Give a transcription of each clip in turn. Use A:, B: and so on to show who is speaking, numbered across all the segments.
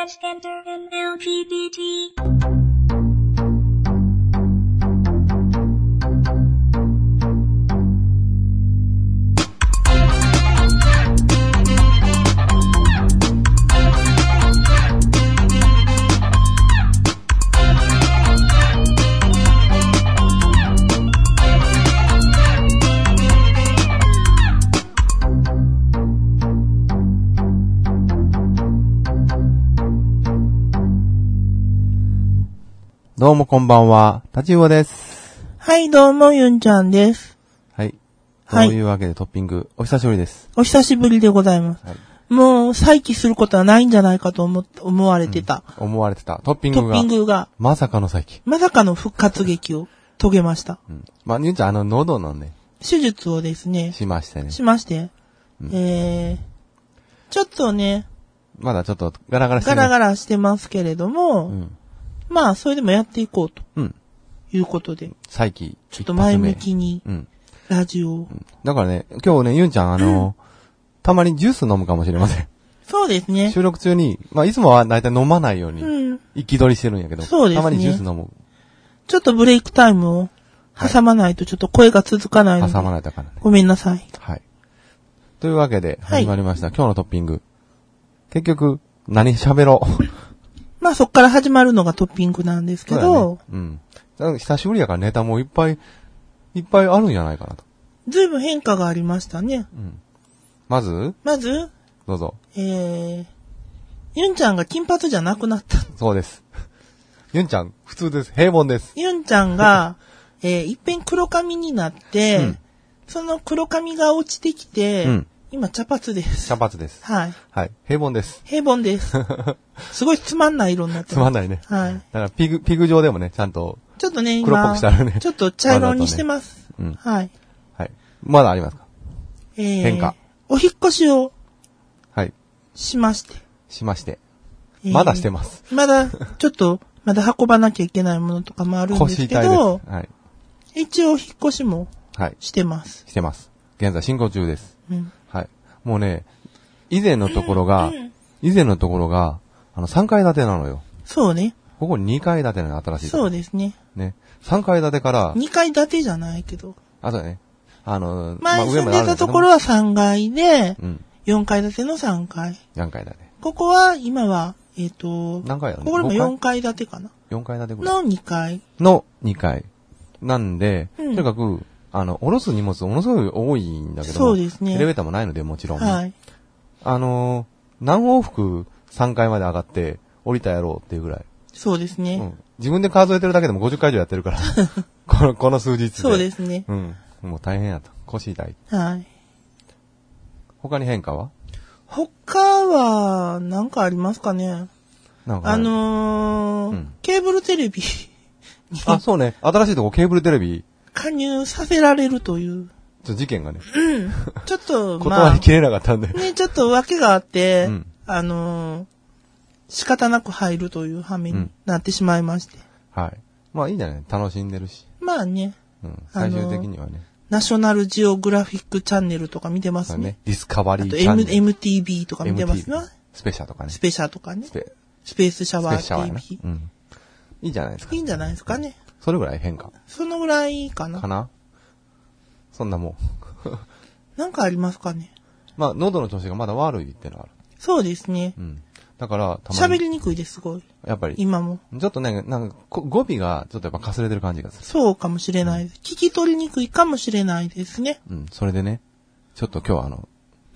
A: transgender and LGBT.
B: どうもこんばんは、たちうおです。
C: はい、どうも、ゆんちゃんです。
B: はい。
C: はい
B: というわけでトッピング、お久しぶりです。
C: お久しぶりでございます。
B: はい
C: もう、再起することはないんじゃないかと思っ、思われてた。
B: 思われてた。トッピン
C: ト
B: グ
C: ッ
B: が、
C: ピングが、
B: まさかの再起。
C: まさかの復活劇を遂げました。
B: うん。まあ、ニューちゃん、あの、喉のね、
C: 手術をですね、
B: しましてね。
C: しまして、えー、ちょっとね、
B: まだちょっと、ガラガラして
C: ガ
B: ね
C: ラガラしてますけれども、
B: うん。
C: まあ、それでもやっていこうと
B: うん。
C: いうことで、
B: 再起。
C: ちょっと前向きに
B: 一発目。うん。
C: ラジオを。
B: だからね、今日ね、ゆんちゃん、あの、たまにジュース飲むかもしれません。
C: そうですね。
B: 収録中に、まあ、いつもは大体飲まないように、
C: うん。
B: 行き取りしてるんやけど、
C: そうですね
B: たまにジュース飲む。
C: ちょっとブレイクタイムを挟まないとちょっと声が続かないので、
B: 挟まないとあかんね。
C: ごめんなさい。
B: はい。というわけで、
C: はい
B: 始まりました。今日のトッピング。結局、何喋ろう。
C: まあそっから始まるのがトッピングなんですけ
B: そう
C: ど、
B: だね、うん。久しぶりやからネタもいっぱい、いっぱいあるんじゃないかなと。
C: ずいぶん変化がありましたね。
B: まず、
C: まず、
B: どうぞ。
C: えー、ユンちゃんが金髪じゃなくなった。
B: そうです。ゆんちゃん、普通です。平凡です。
C: ユンちゃん が、えー、いっぺん黒髪になって、
B: うん
C: その黒髪が落ちてきて、
B: うん
C: 今茶髪です
B: 茶。髪です。
C: はい。
B: はい。平凡です。
C: 平 凡です。すごいつまんない色になって
B: つまん
C: ない。
B: ないね。
C: はい。
B: だから、ピグ、ピグ上でもね、ちゃんと、
C: ちょっとね、
B: 黒っぽ
C: 今、
B: くしてあるね
C: ちょっと茶色にしてます。
B: わざとね
C: はい。
B: はい。まだありますか
C: えー、
B: 変化。
C: お引っ越しを
B: はい。
C: しまして。
B: しまして。
C: えー
B: まだしてます。
C: まだ、ちょっと、まだ運ばなきゃいけないものとかもあるんで
B: 腰
C: すけ
B: 痛いです。
C: ど、
B: はい。
C: 一応引っ越しも
B: はい。
C: してます。
B: してます。現在進行中です。
C: うん。
B: はい。もうね、以前のところが、以前のところが、あの、3階建てなのよ。
C: そうね。
B: ここ2階建てなのよ、新しいとこ。
C: そうですね。
B: ね。3階建てから、
C: 2階建てじゃないけど。
B: あとはね、あの、
C: 前住ん
B: あ
C: で
B: るだ
C: た
B: けど
C: ところは3階で、
B: うん。
C: 4階建ての3階。
B: 何階建て
C: ここは、今は、えっ、と、
B: 何階やろ
C: ここらも
B: 五階
C: 4階建てかな
B: ?4 階建てぐらい
C: の2階。
B: の2階。なんで、
C: うん
B: とにかく、あの、下ろす荷物ものすごい多いんだけども
C: そうですね
B: エレベーターもないので、もちろん。
C: はい。
B: あのー、何往復3階まで上がって降りたやろうっていうぐらい。
C: そうですね。
B: うん。自分で数えてるだけでも50回以上やって るから。この、この数日で。
C: そうですね。
B: うん。もう大変やと。腰痛い。
C: はい。
B: 他に変化は
C: 他は、なんかありますかね。
B: なんか
C: あの
B: う
C: ー
B: ん
C: ケーブルテレビ
B: あ、そうね。新しいとこケーブルテレビ、
C: 加入させられるという。
B: ちょっと事件がね、
C: ちょっと、ま
B: 断
C: あ、
B: りきれなかったんで。
C: ね、ちょっと訳があって、
B: うん
C: あのー仕方なく入るという羽目
B: う
C: に
B: ん
C: なってしまいまして。
B: はい。まあいいんじゃない楽しんでるし。
C: まあね、
B: うん。
C: あ
B: 最
C: のー
B: 終的にはね。
C: ナショナルジオグラフィックチャンネルとか見てま
B: そ
C: す
B: う
C: ね
B: ね。。ディスカバリ
C: あ
B: ー
C: と、
B: チャン
C: M、
B: ネル。
C: MTV とか見てますね
B: MTV。スペシャとかね。
C: ス
B: ス
C: ペシャルとかね。
B: ペ、
C: スペースシャ
B: ス
C: ワ
B: ペシャは
C: ー
B: やな
C: TV。。
B: うん。いいんじゃないですか
C: いい。んじゃないですかね。
B: それぐらい変化。
C: そのぐらいかな。
B: かなそんなもん。
C: なんかありますかね。
B: まあ、喉の調子がまだ悪いってのはある。
C: そうですね
B: う。ん。だから、たま
C: 喋
B: に。
C: りにくいです、すごい。
B: やっぱり。
C: 今も。
B: ちょっとね、なんか、こ語尾が、ちょっとやっぱかすれてる感じがする。
C: そうかもしれない。聞き取りにくいかもしれないですね。
B: うん、それでね、ちょっと今日はあの、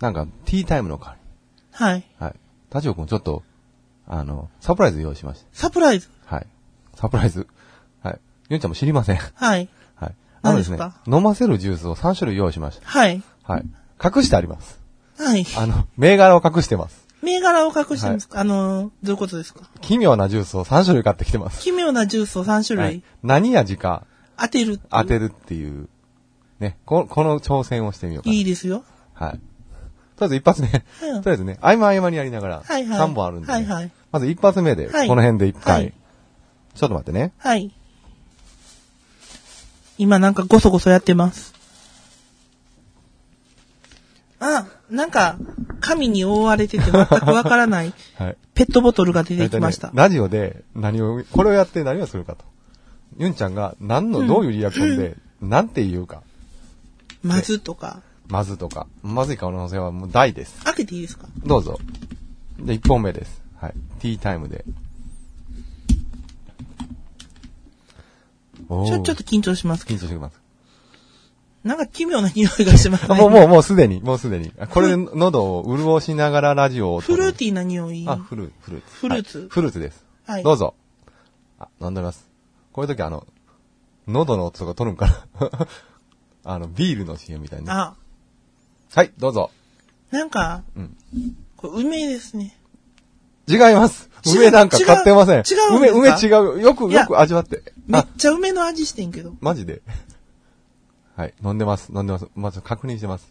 B: なんか、ティータイムの代わ
C: はい。
B: り。はい。タジオ君ちょっと、あの、サプライズ用意しまし
C: サプライズ。
B: た。はい。サプライズ。はい。ゆんちゃんも知りません。
C: はい。
B: はい。あの
C: 何
B: で
C: ですす
B: ね
C: か、
B: 飲ませるジュースを3種類用意しまし
C: はい。
B: た。はい。隠してあります。
C: はい。
B: あの、銘柄を隠してます。
C: 銘柄を隠してますか、あのー、どういうことですか
B: 奇妙なジュースを3種類買ってきてます。
C: 奇妙なジュースを3種類、
B: はい。何味か
C: 当てる。
B: 当てるっていう、ね、ここの挑戦をしてみようかな。
C: いいですよ。
B: はい。とりあえず一発目、
C: うん
B: とりあえずね、合間合間にやりながら、
C: はいはい
B: 3本あるんで、ね
C: はいはい
B: まず一発目で、
C: はい
B: この辺で一回、
C: はい
B: ちょっと待ってね。
C: はい。今なんかごそごそやってます。あ、なんか、神に覆われてて全くわからない、
B: はい。
C: ペットボトルが出てきました
B: 大体。ねラジオで何を、これをやって何をするかと。ユンちゃんが何の、どういうリアクションで、なんて言うか。
C: まずとか。
B: まずとか。まずい可能性はもう大です。
C: 開けていいですか
B: どうぞ。で、1本目です。はい。ティータイムで。おー
C: ちょ、ちょっと緊張しますけ
B: 緊
C: ど。
B: 張してます。
C: なんか奇妙な匂いがします
B: あ
C: ね。
B: もう、もう、もうすでに、もうすでに。あこれで喉を潤しながらラジオを撮
C: フ
B: る。
C: ルーティーな匂い。
B: あ、フル、フルーツ。
C: フルーツ
B: はいフルーツです。
C: はい
B: どうぞ。あ、飲んでます。こういう時あの、喉の音とか取るんかな あの、ビールの CM みたいな。
C: あ、
B: はい、どうぞ。
C: なんか、
B: うん
C: これ梅ですね。
B: 違います。
C: 違う
B: 梅なんか買ってません。
C: 違う違うんです
B: 梅、
C: か
B: 梅違う。よく、
C: いや
B: よく味わって。
C: めっ
B: あ、
C: ちゃ梅の味してんけど。
B: マジで。はい、飲んでます、飲んでます。まず確認してます。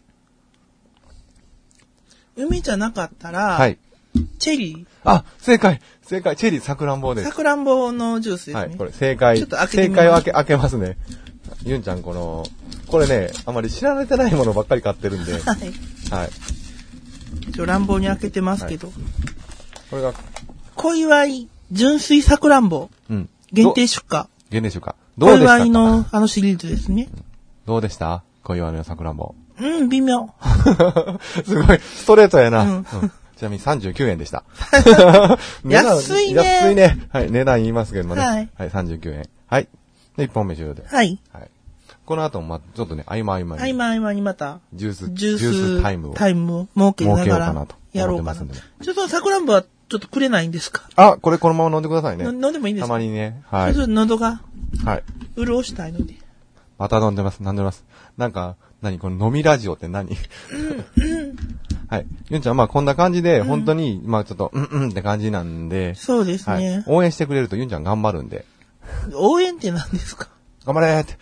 C: 梅じゃなかったら、
B: はい。
C: チェリ
B: あ、正解正解チェリーさくらんぼ
C: ー、
B: です
C: さ。くらんぼのジュースですね。
B: はい、これ正解。
C: ちょっと開け
B: 正
C: てみまし
B: 解
C: ょう
B: は開け、開けますね。ユンちゃん、この、これね、あまり知られてないものばっかり買ってる んで、はい。
C: はい。ちょ、乱暴に開けてますけど。
B: これが、
C: 小祝い純粋さくらんぼ
B: うん。
C: 限定
B: ど
C: 出荷。
B: 限定種か。ど
C: 小
B: うでした
C: 祝
B: か
C: いのあのシリーズですね。
B: どうでした小祝いの桜んぼ。
C: うん、微妙。
B: すごい、ストレートやな。
C: う
B: うんんちなみに39円でした。
C: 安
B: 値段
C: いね
B: 安いね。はい、値段言いますけどもね。
C: は
B: はいい、39円。はい。で、1本目終了で。
C: はい。
B: はい。この後も、ま、ちょっとね、合間合間に。
C: 合間合間にまた、
B: ジュース、
C: ジュース
B: ジュースタイムを。
C: を設けなが
B: 設けようからなと、
C: やろう
B: 思って
C: か
B: ますん
C: な。
B: でね
C: ちょっとさくらんぼはちょっとくれないんですか、
B: あ、これこのまま飲んでくださいね。
C: の飲んでもいいんです
B: た
C: か
B: まにね。はい
C: ちょ。っと喉が
B: はい。
C: 潤したいので。
B: また飲んでます、飲んでます。なんか、何この飲みラジオって何はい。ゆんちゃん、まあこんな感じで、本当に、まあちょっと、うんうんって感じなんで、
C: そうです
B: は
C: ね
B: い。。応援してくれるとゆんちゃん頑張るんで、
C: 応援って何ですか
B: 頑張れーって、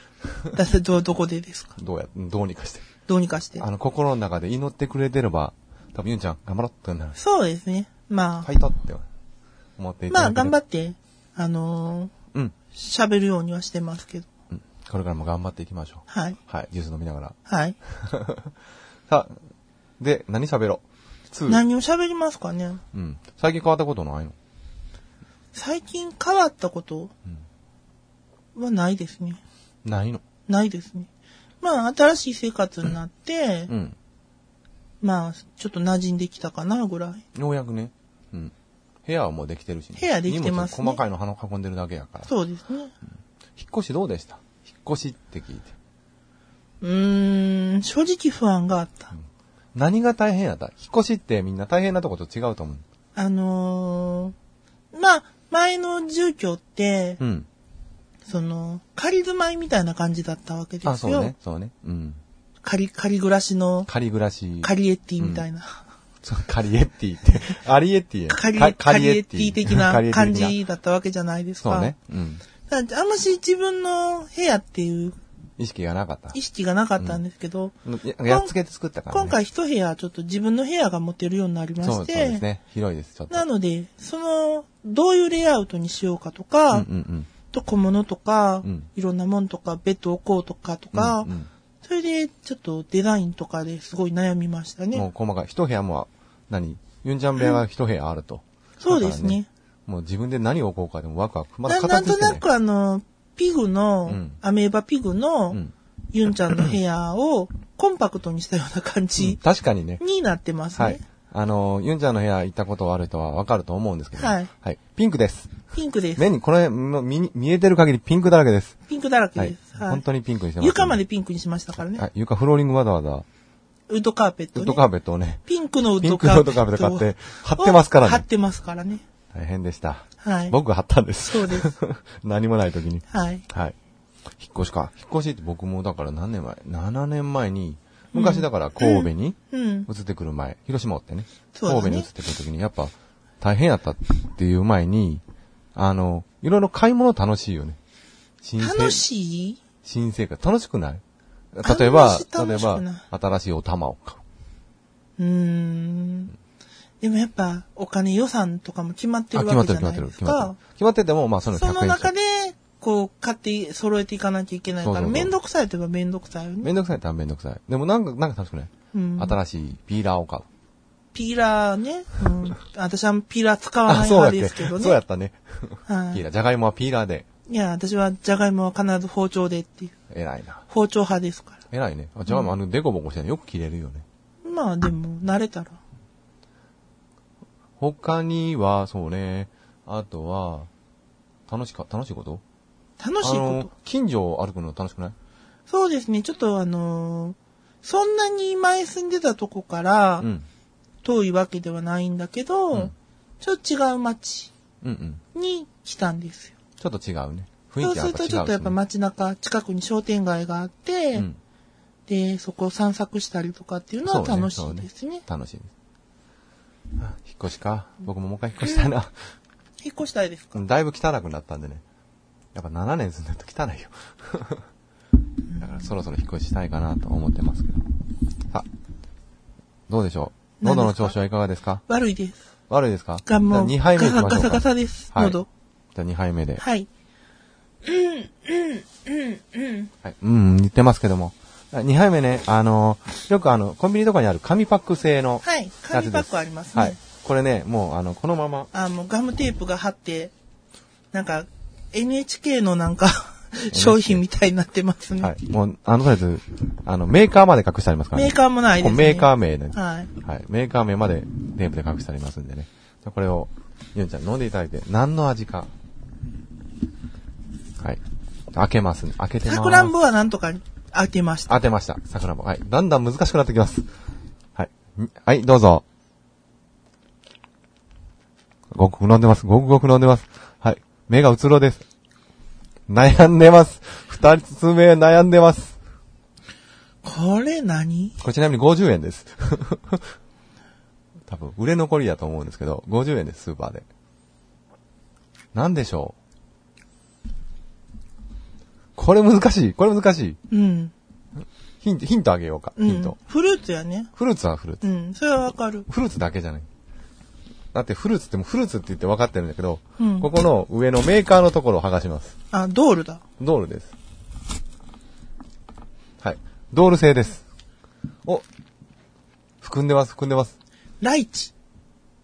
C: だってど、どこでですか
B: どうや、どうにかして。
C: どうにかして。
B: あの、心の中で祈ってくれてれば、多分ゆんちゃん、頑張ろうってなる。
C: そうですね。まあ、
B: ファイトって思っていただ
C: まあ、頑張
B: っ
C: って、あの
B: うん。
C: ー喋るようにはしてますけど。
B: うん。これからも頑張っていきましょう。
C: はい。
B: はい。ジュース飲みながら。
C: はい。
B: さあ、で、何喋ろうツー
C: 何を喋りますかね
B: うん。最近変わったことないの
C: 最近変わったことはないですね。
B: ないの
C: ないですね。まあ、新しい生活になって、
B: うん。
C: まあ、ちょっと馴染んできたかな、ぐらい。
B: ようやくね。うん。部屋はもうできてるしね、
C: 部屋できてますね
B: 荷物細かいの花運んでるだけやから。
C: そうですね。
B: 引っ越しどうでした引っ越しって聞いて。
C: うーん、正直不安があった。
B: 何が大変やった引っ越しってみんな大変なとこと違うと思う。
C: あのー、まあ、前の住居って、
B: うん。
C: その、仮住まいみたいな感じだったわけですよ。
B: あ、そうね。そうね。うん。
C: 仮、仮暮らしの、
B: 仮暮らし。
C: カリエッティみたいな。
B: そうカリエッティ って。アリエッティやん。
C: カリ
B: か
C: カリエッティ的 な
B: カリエッティ
C: 感
B: 的な
C: じだったわけじゃないですか。
B: そうね。うん。
C: だからあんまし自分の部屋っていう
B: 意識がなかった。
C: 意識がなかったんですけど、
B: ややっつけて作ったから、ね。
C: 今回一部屋ちょっと自分の部屋が持てるようになりまして、
B: そうそうですね。広いです、ちょっと。
C: なので、その、どういうレイアウトにしようかとか、
B: うんうんうん。
C: と小物とか、
B: うん
C: いろんなもんとか、ベッド置こうとかとか、
B: うんうん
C: それでちょっとデザインとかですごい悩みました
B: もう
C: ね。
B: 細かい。一部屋も、何ユンちゃん部屋が一部屋あると。
C: そうです
B: だ
C: ね
B: からもう自分で何を置こうかでもワクワク。まだ
C: ななん
B: 形し
C: と
B: てない。
C: なくあの、ピグの、
B: うん
C: アメーバピグの、
B: うん
C: ユンちゃんの部屋をコンパクトにしたような感
B: うん
C: じ
B: 確かにね。
C: になってますね。
B: はい。あの、ユンちゃんの部屋行ったことある人はわかると思うんですけど。
C: はい
B: ピンクです。
C: ピンクです。
B: 目に、これ、見に見えてる限りピンクだらけです。
C: ピンクだらけ
B: は
C: で
B: い。
C: す。はい
B: 本当にピンクにしてます、
C: 床までピンクにしましたからね。
B: はい。床、フローリングわざわざ、
C: ウッドカーペット、
B: ウ
C: ね。
B: ッドカーペットをね、
C: ピンクのウッ
B: ピ
C: ド
B: ンク
C: カー
B: の
C: ペ
B: ウ
C: ッ
B: ッ
C: ト。
B: ドカーペット買って、貼ってますから
C: 貼っ
B: ね。
C: てますからね。
B: 大変でした。
C: はい。
B: 僕が貼ったんです。
C: そうです
B: 何もない時に。
C: はい。
B: はい。引っ越しか。引っ越しって僕もだから何年前 ?7 年前に、昔だから神戸に
C: うん。
B: 移ってくる前、広島おってね、
C: そうだね
B: 神戸に移ってくる時にやっぱ大変やったっていう前に、あの、いろいろ買い物楽しいよね。新生
C: 楽しい
B: 新生活。楽しくない例えば、
C: あん
B: 例
C: ま
B: え
C: し楽しくない
B: ば、新しいお玉を買う。
C: うーん。でもやっぱ、お金予算とかも決まって
B: あ、
C: る
B: 決ま
C: わ
B: っ
C: け
B: て
C: じ
B: る
C: ゃ
B: 決ま
C: な
B: ってる。
C: い
B: 決まっ
C: です
B: て
C: か
B: る。。決まってても、まあその100
C: そ
B: 円
C: の中
B: で。
C: で、こう、買って、揃えていかなきゃいけないか
B: そう
C: ら、
B: そうそう
C: めんどくさいといえばめんどくさいよね。
B: めんどくさいったらめんどくさい。でもなんか、なんか楽しくない
C: うん
B: 新しいピーラーを買う。
C: ピーラーね。うん。私はピーラー使わ
B: あ、
C: ない
B: そうや
C: 派
B: っけ
C: ですけどね。
B: そうやったね。
C: はい。
B: ピー
C: い
B: ラー。じゃがいもはピーラーで。
C: や、私はジャガイモは必ず包丁でっていう。
B: 偉いな。
C: 包丁派ですか
B: 偉いね。あ、じゃがいもあの、デコボコしてよく切れるよね。
C: ら。まあでも、慣れたら。
B: 他には、そうね。あとは、楽しか、楽しいこと
C: 楽しい
B: あ
C: こ
B: の
C: と。、
B: 近所を歩くの楽しくない
C: そうですね。ちょっとあのーそんなに前住んでたとこから、
B: うん。
C: 遠いわけではないんだけど、
B: うん
C: ちょっと違う町
B: うんうん。
C: に来たんですよ。
B: ちょっと違うね。雰
C: そ
B: 囲気
C: うす
B: はや
C: る
B: っぱ違
C: と
B: う
C: ちょっとやっぱ
B: っ
C: 街中、近くに商店街があって、
B: うん。
C: で、そこを散策したりとかっていうのは楽しいですね。
B: 楽しいです。あ引っ越しか。僕ももう一回引っ越したいな。
C: 引っ越したいですか、
B: だいぶ汚くなったんでね。やっぱ7年住んでると汚いよ。 だからそろそろ引っ越ししたいかなと思ってますけど。さあ、どうでしょう喉の調子はいかがですか
C: 悪いです。
B: 悪いですか
C: がもう、
B: じゃあ2杯目行きましょうか。
C: ガサガサです、
B: はい
C: 喉。
B: じゃあ2杯目で。
C: はい。
B: はい。うん、言ってますけども。2杯目ね、あのーよくあの、コンビニとかにある紙パック製の
C: はい。
B: やつです。
C: 紙パックありますね。
B: はい。これね、もうあの、このまま、
C: あ、もうガムテープが貼って、なんか、NHK のなんか、商品みたいになってますね。
B: はい。もう、あの、とりあえず、あの、メーカーまで隠してありますから
C: メ
B: ね。
C: ーカーもない
B: こ
C: で
B: う
C: すね。
B: メーカー名で、ね。
C: はい。
B: はい。メーカー名までテープで隠してありますんでね。これを、ゆんちゃん飲んでいただいて、何の味か。はい。開けますね。開けてます。
C: さくらんぼはなんとか開けました。
B: 当てました。桜も。はい。だんだん難しくなってきます。はい。んはい、どうぞ。ごくごく飲んでます。ごくごく飲んでます。はい。目がうつろです。悩んでます。二つ目悩んでます。
C: これ何
B: これちなみに50円です。 多分、売れ残りだと思うんですけど、50円です、スーパーで。なんでしょうこれ難しい。これ難しい。
C: うん。
B: ヒント、ヒントあげようか。
C: う
B: ヒン
C: ん
B: ト。。
C: フルーツやね。
B: フルーツはフルーツ。
C: うん。それはわかる。
B: フルーツだけじゃない。だってフルーツってもうフルーツって言って分かってるんだけど、
C: うん
B: ここの上のメーカーのところを剥がします。
C: あ、ドールだ。
B: ドールです。はい。ドール製です。お含んでます、含んでます。
C: ライチ。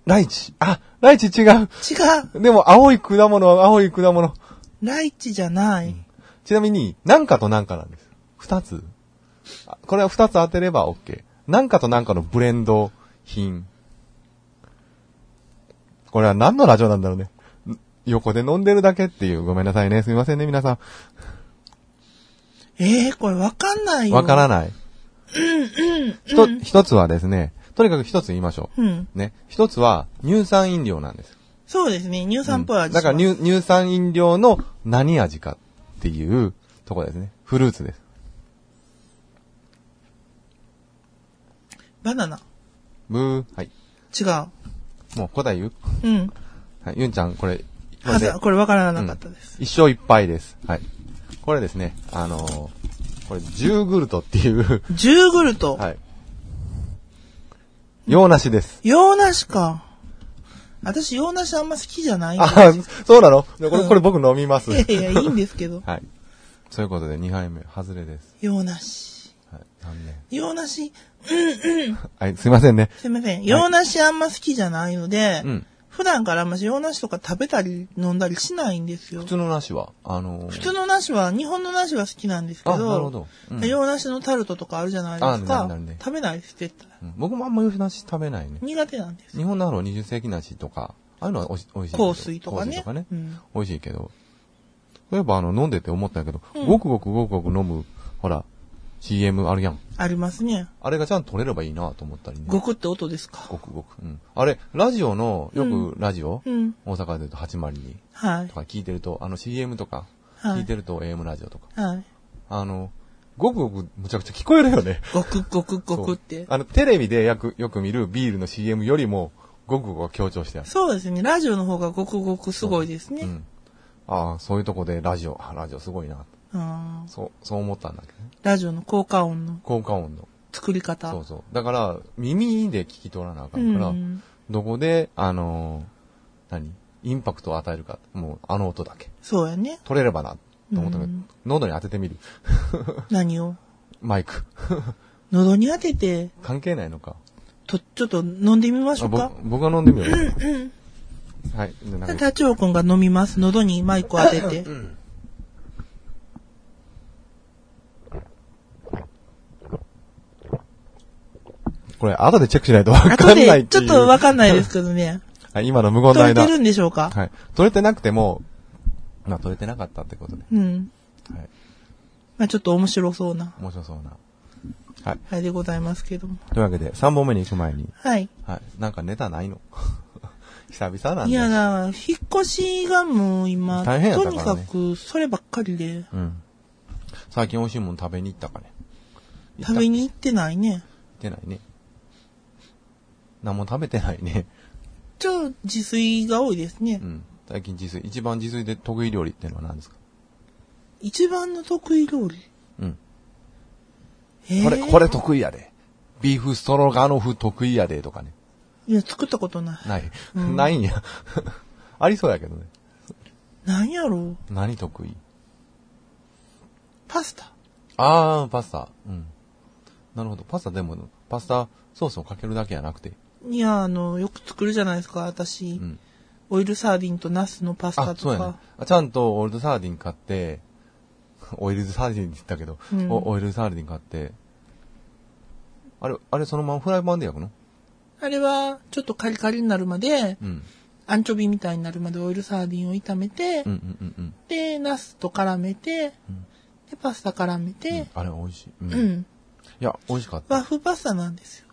B: ライチ。あ、ライチ違う。
C: 違う。
B: でも青い果物は青い果物。
C: ライチじゃない。
B: ちなみに、なんかとなんかなんです。二つ。あこれは二つ当てれば OK。なんかとなんかのブレンド品。これは何のラジオなんだろうね。ん横で飲んでるだけっていう。ごめんなさいね。すみませんね、皆さ
C: ええー、これわかんない
B: ん。
C: よ。
B: わから
C: い。
B: ない。ひと、一つはですね、とにかく一つ言いましょ
C: うん。
B: う。ね。一つは乳酸飲料なんです。
C: そうですね。乳酸っぽい味し
B: だ
C: ます。
B: から乳乳酸飲料の何味かっていうところですね。フルーツです。
C: バナナ。
B: ブー。はい。
C: 違う。
B: もう答え言う
C: うん。
B: はい、ゆんちゃん、これ、これ
C: は
B: で
C: ず、これわからなかったです。
B: 一生いっぱいです。はい。これですね、あのーこれ、ジューグルトって いう、
C: ジューグルト。
B: はい。洋梨です。
C: 洋梨か。私、洋梨あんま好きじゃないんで
B: あ、そうなのこれ、これ僕飲みます。
C: いやいや、いいんですけど。
B: はい。そういうことで、2杯目、外れです。
C: 洋梨。
B: はい、残念。
C: 洋梨、
B: はい、すいませんね。
C: すいません。洋梨あんま好きじゃないので、
B: うん。
C: 普段からあんまし洋梨とか食べたり飲んだりしないんですよ
B: 普。通の梨は、あのー
C: 普通の梨は、日本の梨は好きなんですけど、
B: あなるほどうん
C: 洋梨のタルトとかあるじゃないです
B: あなる
C: か
B: なるね。
C: 食べないです、絶対。
B: うん僕もあんま吉梨食べないね。
C: 苦手なんです。
B: 日本のあの、20世紀梨とか、ああいうのはおいし美味しいけど。
C: 香水とかね。
B: 香水とかね。
C: うん
B: 美味しいけど。そういえばあの、飲んでて思ったんやけど、ごくごくごくごく飲む、ほら、CM あるやん。
C: ありますね。
B: あれがちゃんと取れればいいなと思ったりね。
C: ごくって音ですか。
B: ごくごく。うん。あれ、ラジオの、よ
C: う
B: くラジオ、
C: うん。
B: 大阪で言うと802
C: はい
B: と。か聞いてると、あの CM とか、
C: は
B: 聞い
C: い。
B: てると AM ラジオとか。
C: はい。
B: あの、ごくごくむちゃくちゃ聞こえるよね。
C: ごくごくごくっ
B: そう
C: て。
B: あの、テレビでよくよく見るビールの CM よりも、ごくごくが強調してある。
C: そうですね。ラジオの方がごくごくすごいです
B: う
C: ね。
B: ん。ああ、そういうとこでラジオ、あラジオすごいな。
C: あー
B: そう、そう思ったんだけどね。
C: ラジオの効果音の
B: 効果音の。
C: 作り方。
B: そうそう。だから、耳で聞き取らなあかんから、
C: うん
B: どこで、あのー何インパクトを与えるか。もう、あの音だけ。
C: そうやね。
B: 取れればな、と思ったけど、
C: うん
B: 喉に当ててみる。
C: 何を。
B: マイク。
C: 喉に当てて、
B: 関係ないのか。
C: と、ちょっと飲んでみましょ
B: あ
C: う
B: ぼ
C: か。
B: 僕が飲んでみよう。 はい。でなんか
C: タチオくんが飲みます。喉にマイク当てて。
B: これ、後でチェックしない とわか
C: 後
B: んない
C: で、
B: って
C: ち
B: いう。
C: ょっとわかんないですけど ね。
B: はい、今の無言の
C: 取れて
B: 間。
C: るんでしょうか。
B: はい。取れてなくても、まあ取れてなかったってことで。
C: うん。
B: はい。
C: まあちょっと面白そうな、
B: 面白そうな。
C: あれでございますけども。
B: というわけで、3本目に行く前に、
C: はい。
B: はい。なんかネタないの 久々なんで。
C: いやだ、引っ越しがもう今、
B: 大変やっ
C: と
B: たから
C: に
B: ね
C: かく、そればっかりで、
B: うん。最近美味しいもん食べに行ったかね。
C: 食べ
B: 行っ
C: に行ってないね。
B: てないね。何も食べてないね。
C: ちょ、自炊が多いですね
B: う。ん。最近自炊、一番自炊で得意料理っていうのは何ですか
C: 一番の得意料理。
B: うん。
C: えー
B: これ、これ得意やで。ビーフストロガノフ得意やでとかね。
C: いや、作ったことない。
B: ない。 ないんや。ありそうやけどね。
C: なんやろう。
B: 何得意
C: パスタ。
B: あー、パスタ。うん。なるほど。パスタでも、パスタソースをかけるだけじゃなくて。
C: いや、あの、よく作るじゃないですか、私。
B: うん。
C: オイルサーディンとナスのパス
B: あ
C: タ、と
B: そうやね
C: か。。
B: あちゃんとオイルドサーディン買って、 オイルドサーディンって言ったけど、
C: うん
B: おオイルドサーディン買って、あれ、あれそのままフライパンで焼くの
C: あれは、ちょっとカリカリになるまで、
B: うん。
C: アンチョビみたいになるまでオイルサーディンを炒めて、
B: うんうんうんうん
C: で、ナスと絡めて、で、パスタ絡め
B: う
C: て
B: ん。、あれ美味しい。う。
C: うんん、
B: いや、美味しかった。
C: 和風パスタなんですよ。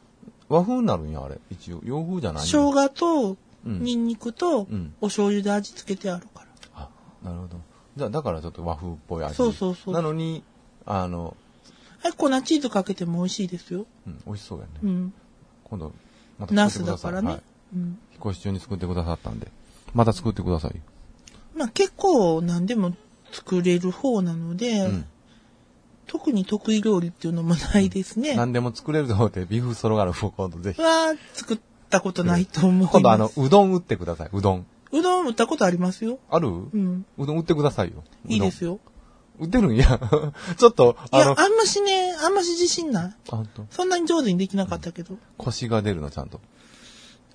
B: 和風になるんや、あれ。一応。洋風じゃないんや
C: 生姜
B: う
C: と、
B: ん
C: ニンニクと
B: うん、
C: お醤油で味付けてあるから。
B: あ、なるほど。じゃあ、だからちょっと和風っぽい味。
C: そうそうそう
B: なのに、あの、
C: はい、粉チーズかけても美味しいですよ。
B: うん、美味しそうやね。
C: うん。
B: 今度、また
C: ナ
B: 作って
C: ス
B: く
C: だ
B: ださ
C: か
B: い。
C: らね。
B: はい
C: うん。
B: 引っ越し中に作ってくださったんで。また作ってくださいよ。
C: まあ結構何でも作れる方なので、
B: うん。
C: 特に得意料理っていうのもないですね。
B: 何でも作れると思って、ビーフストロガノフを今度ぜひ。
C: は作ったことないと思う。
B: 今度あの、、うどん打ってください、うどん。
C: うどん打ったことありますよ。
B: ある、
C: う。
B: うんどん打ってくださいよ。うどん
C: いいですよ。
B: 打てるんや。 ちょっと、
C: い
B: あ
C: や
B: の、、
C: あんましね、あんまし自信ない。
B: あんと、
C: そんなに上手にできなかったけど、
B: 腰が出るのちゃんと。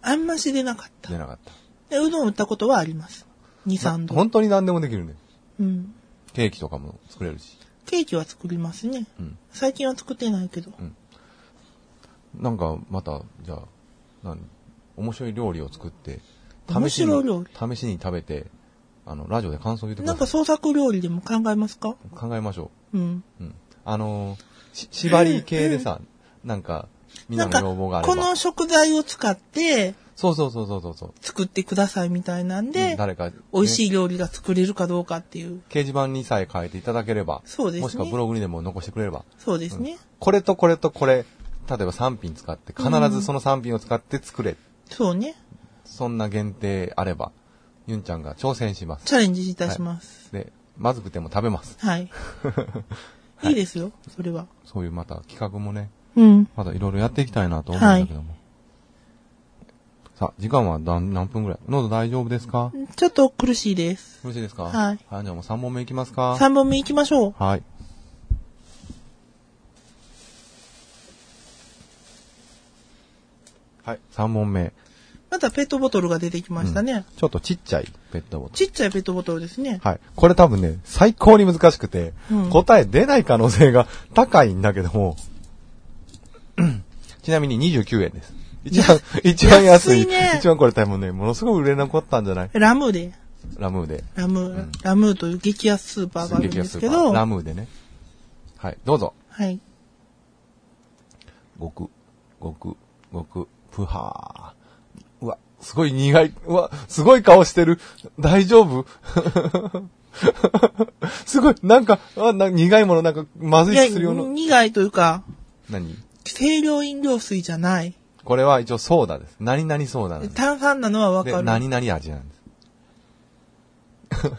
C: あんまし出なかった
B: 出。なかった。
C: でうどん打ったことはあります。2、3度。
B: 本当に何でもできるね。
C: うん。
B: ケーキとかも作れるし。
C: ケーキは作りますね。
B: うん。
C: 最近は作ってないけど。
B: なんか、また、じゃあ、何面白い料理を作って、
C: 面
B: しに
C: 白い料
B: 試しに食べて、あの、ラジオで感想言ってく
C: な
B: だ
C: んか
B: さ
C: 創作料理でも考えますか
B: い。考えましょ
C: うん。
B: う。うん。あのーし、縛り系でさ、なんか、みんな
C: なん
B: の要
C: か、
B: 望があれ
C: こ
B: ば。
C: の食材を使って
B: そうそうそうそうそうそう。
C: 作ってくださいみたいなん
B: う
C: で
B: ん、誰か、
C: 美味し
B: い。
C: い料理が作れるかどうかっていう。
B: 掲示板にさえ書いていただければ。
C: そうですね
B: もしくはブログにでも残してくれれば。
C: そうですね。
B: これとこれとこれ、例えば3品使って、必ずその3品を使って作れ。
C: そうね。
B: そんな限定あれば、ユンちゃんが挑戦します。
C: チャレンジいたします。
B: で、まずくても食べます。
C: はい。いいですよ、それは。
B: そういうまた企画もね、
C: うん。
B: またいろいろやっていきたいなと思うんだけども。さあ、時間は何何分ぐらい喉大丈夫ですかよ
C: ちょっと苦しいです。
B: ろしいですか
C: はい
B: じゃあもう3問目いきますか
C: 3本目行きましょう。
B: はい。はい、3問目。
C: またペットボトルが出てきましたね。
B: ちょっとちっちゃいペットボト
C: ちっちゃいペットボトルですね。
B: ル。はい。これ多分ね、最高に難しくて、
C: うん
B: 答え出ない可能性が高いんだけども、 ちなみに29円です。一番、一番安い。
C: 安いね
B: 一番これ多分ね、ものすごく売れ残ったんじゃない
C: ラムーで、
B: ラムーで。
C: ラムー、ラムーという激安スーパーがあるんですけ
B: 激安スーパ
C: ど、
B: ーラムーでね。はい、どうぞ。
C: はい。
B: ごく、ごく、ごく、ぷはー。うわ、すごい苦い。うわ、すごい顔してる。大丈夫 すごい、なんか、あな苦いものなんか、まず
C: い
B: い
C: や、
B: 薬用の。
C: 苦いというか、
B: 何
C: 清涼飲料水じゃない。
B: これは一応ソーダです。何々ソーダなんです。
C: 炭酸なのはわ
B: で、
C: か
B: 何
C: る。
B: 々味なんです。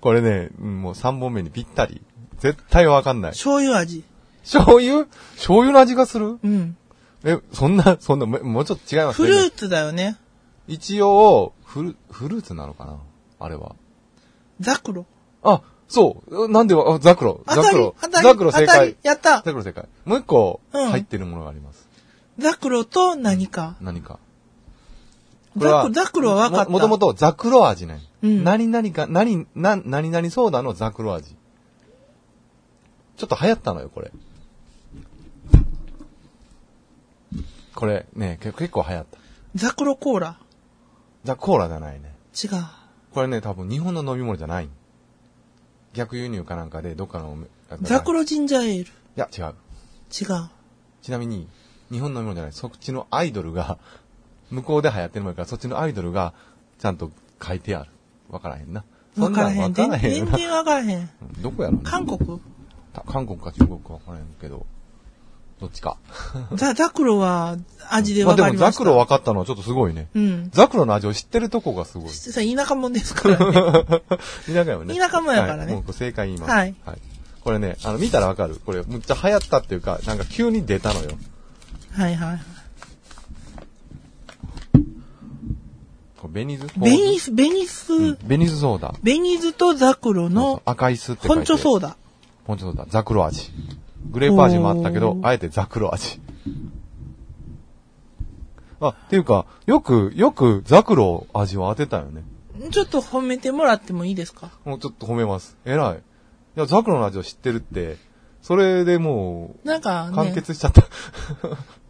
B: これね、うんもう3本目にぴったり。絶対わかんない。
C: 醤油味。
B: 醤油醤油の味がする
C: うん。
B: え、そんな、そんな、ももうちょっと違います
C: フルーツだよね。
B: 一応、フル、フルーツなのかなあれは。
C: ザクロ。
B: あ、そう。なんでわ、あザクロ。
C: 当
B: ザ
C: た
B: ク
C: り
B: ロ。
C: 当たり
B: ザクロ正
C: 当たり
B: 解。
C: やった
B: ザクロ正解。もう一個、
C: うん
B: 入ってるものがあります。
C: ザクロと何か。
B: 何か。これ
C: ザ
B: は
C: クザクロは分かった。
B: ももともとザクロ味ね。
C: うん
B: 何々か、何、な、何々ソーダのザクロ味。ちょっと流行ったのよ、これ。これね、け結構流行った。
C: ザクロコーラ。
B: ザコーラじゃないね。
C: 違う。
B: これね、多分日本の飲み物じゃない。逆輸入かなんかで、どっかのおめ、
C: ザク
B: ロい
C: ロジンジャーエール。
B: や、違う。
C: 違う。
B: ちなみに、日本の飲み物じゃない。そっちのアイドルが、向こうで流行ってるもんやから、そっちのアイドルが、ちゃんと書いてある。わからへんな。そ
C: 分
B: ん
C: か
B: な
C: ら
B: ん
C: へん。
B: わ
C: 全
B: から
C: 然
B: へんよな。
C: 分からへん。
B: うんどこやろうね
C: 韓国
B: た韓国か中国かわからへんけど、どっちか。
C: ザ、ザクロは味で
B: まあ
C: 分
B: で
C: か
B: も
C: りま
B: ザ
C: した。
B: クロ分かったのはちょっとすごいね。
C: うん。
B: ザクロの味を知ってるとこがす ごい。
C: さ、田舎もんですからね。
B: 田舎よね。
C: 田舎もやからね
B: はいもうこれ正解言います。
C: はい
B: これね、あの、見たらわかる。これ、むっちゃ流行ったっていうか、なんか急に出たのよ。
C: はいはい。
B: これベニズ
C: ベニス、ベニス、
B: うんベニズソーダ。
C: ベニズとザクロ
B: そうそう
C: の
B: 赤い酢って書いて
C: ポンチョソ
B: ーダ。
C: ーダ。
B: ポンチョソーダ。ザクロ味。グレープ味もあったけど
C: お、ー
B: あえてザクロ味。あ、っていうか、よく、よくザクロ味を当てたよね。
C: ちょっと褒めてもらってもいいですか
B: もうちょっと褒めます。偉い。いや、ザクロの味を知ってるって、それでも
C: なんか
B: う、完
C: ね、
B: 結しちゃった。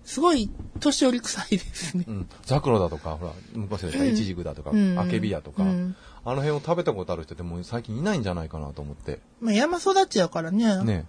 C: すごい年寄り臭いですね
B: う。ん。ザクロだとか、ほら、昔でした、イチジクだとか、
C: うん
B: アケビだとか、
C: うん
B: あの辺を食べたことある人ってもう最近いないんじゃないかなと思って、
C: まあ、山育ちやからね。
B: ね、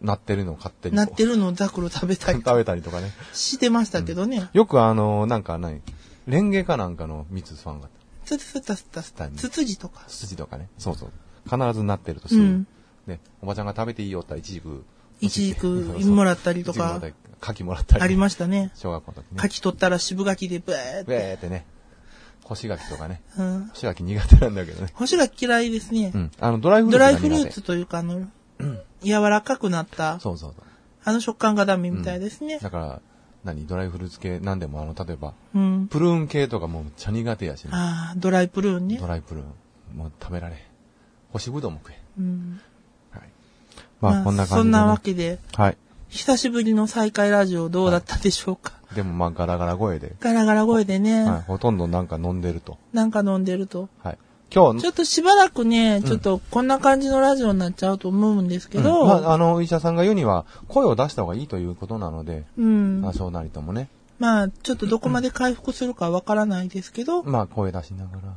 B: なってるのを勝手にこ
C: な
B: う。
C: ってるのをザクロ食べたい。
B: 食べたりとかね。
C: してましたけどね。
B: よくあの、なんか何レンゲかなんかの蜜ファンが、
C: つつつつつ
B: だね
C: つつじとか。
B: 筋とかね。そうそう。必ずなってるとする。
C: うん
B: ね、おばちゃんが食べていいよって言ったらイチジク。
C: イチジク
B: そうそう
C: もらったり
B: イ
C: とか
B: チジクもらったり牡蠣もらったり。
C: ありましたね。
B: 小学校の時ね。
C: 柿取ったら渋柿でブーっ
B: ウ
C: て。
B: ェーってね。干し柿とかね。
C: うん。
B: 干し柿苦手なんだけどね。
C: 干し柿嫌いですね
B: う。ん。あの、ドライフル
C: ド
B: ーツが
C: ラ
B: 苦
C: イ
B: 手。
C: フルーツというか、あの、柔らかくなった、
B: そうそうそう。
C: あの食感がダメみたいですね。
B: だから、何ドライフルーツ系、なんでもあの、例えば、
C: うん。
B: プルーン系とかもうめっちゃ苦手やしね。
C: ああ、ドライプルーンね
B: ド。ライプルーン。もう食べられへん。干しぶどうも食え。
C: うん。
B: はい。まあ、こんな感じでね、
C: そんなわけで、
B: はい。
C: 久しぶりの再会ラジオどうだったでしょうか。
B: でもまあ、ガラガラ声で。
C: ガラガラ声でね、
B: はい。ほとんどなんか飲んでると。
C: なんか飲んでると。
B: はい。今日、
C: ちょっとしばらくね、ちょっとこんな感じのラジオになっちゃうと思うんですけど、
B: う
C: うん
B: まあ、
C: ん。
B: あの、お医者さんが言うには、声を出した方がいいということなので、多少なりともね。
C: まあ、ちょっとどこまで回復するかわからないですけど、
B: まあ、声出しながら。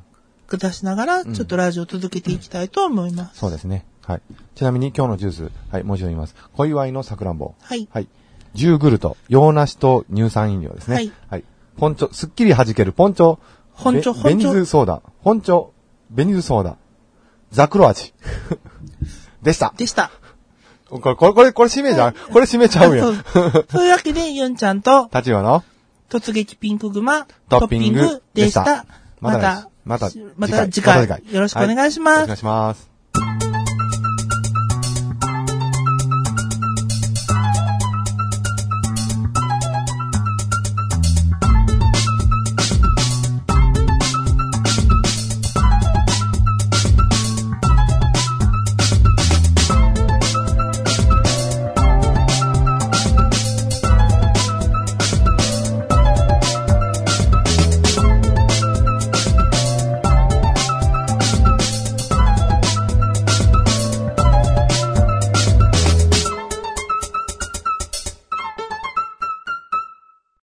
C: 下しながら、ちょっとラジオ続けていきたいと思います。
B: そうですね。はい。ちなみに今日のジュース、はい、もう一度言います。小祝いのさくらんぼ。
C: はい。
B: はい。ジューグルト、洋梨と乳酸飲料ですね。
C: はい。
B: ポンチョ、すっきり弾けるポンチョ。
C: ポンチョ
B: ベ
C: ポンチョ
B: ベニズソーダ。ポンチョ、ベニズソーダ。ザクロ味。 でした。
C: でした。
B: これ、これ、これ、これ締めじゃんこれ締めちゃうやん。
C: そうというわけで、ゆんちゃんと、
B: 立場の
C: 突撃ピンクグマ、
B: トッピング
C: で
B: で
C: し
B: したた。
C: また、
B: また、
C: また次回、よろしくお願いし
B: は
C: ま
B: お
C: す
B: 願い。します。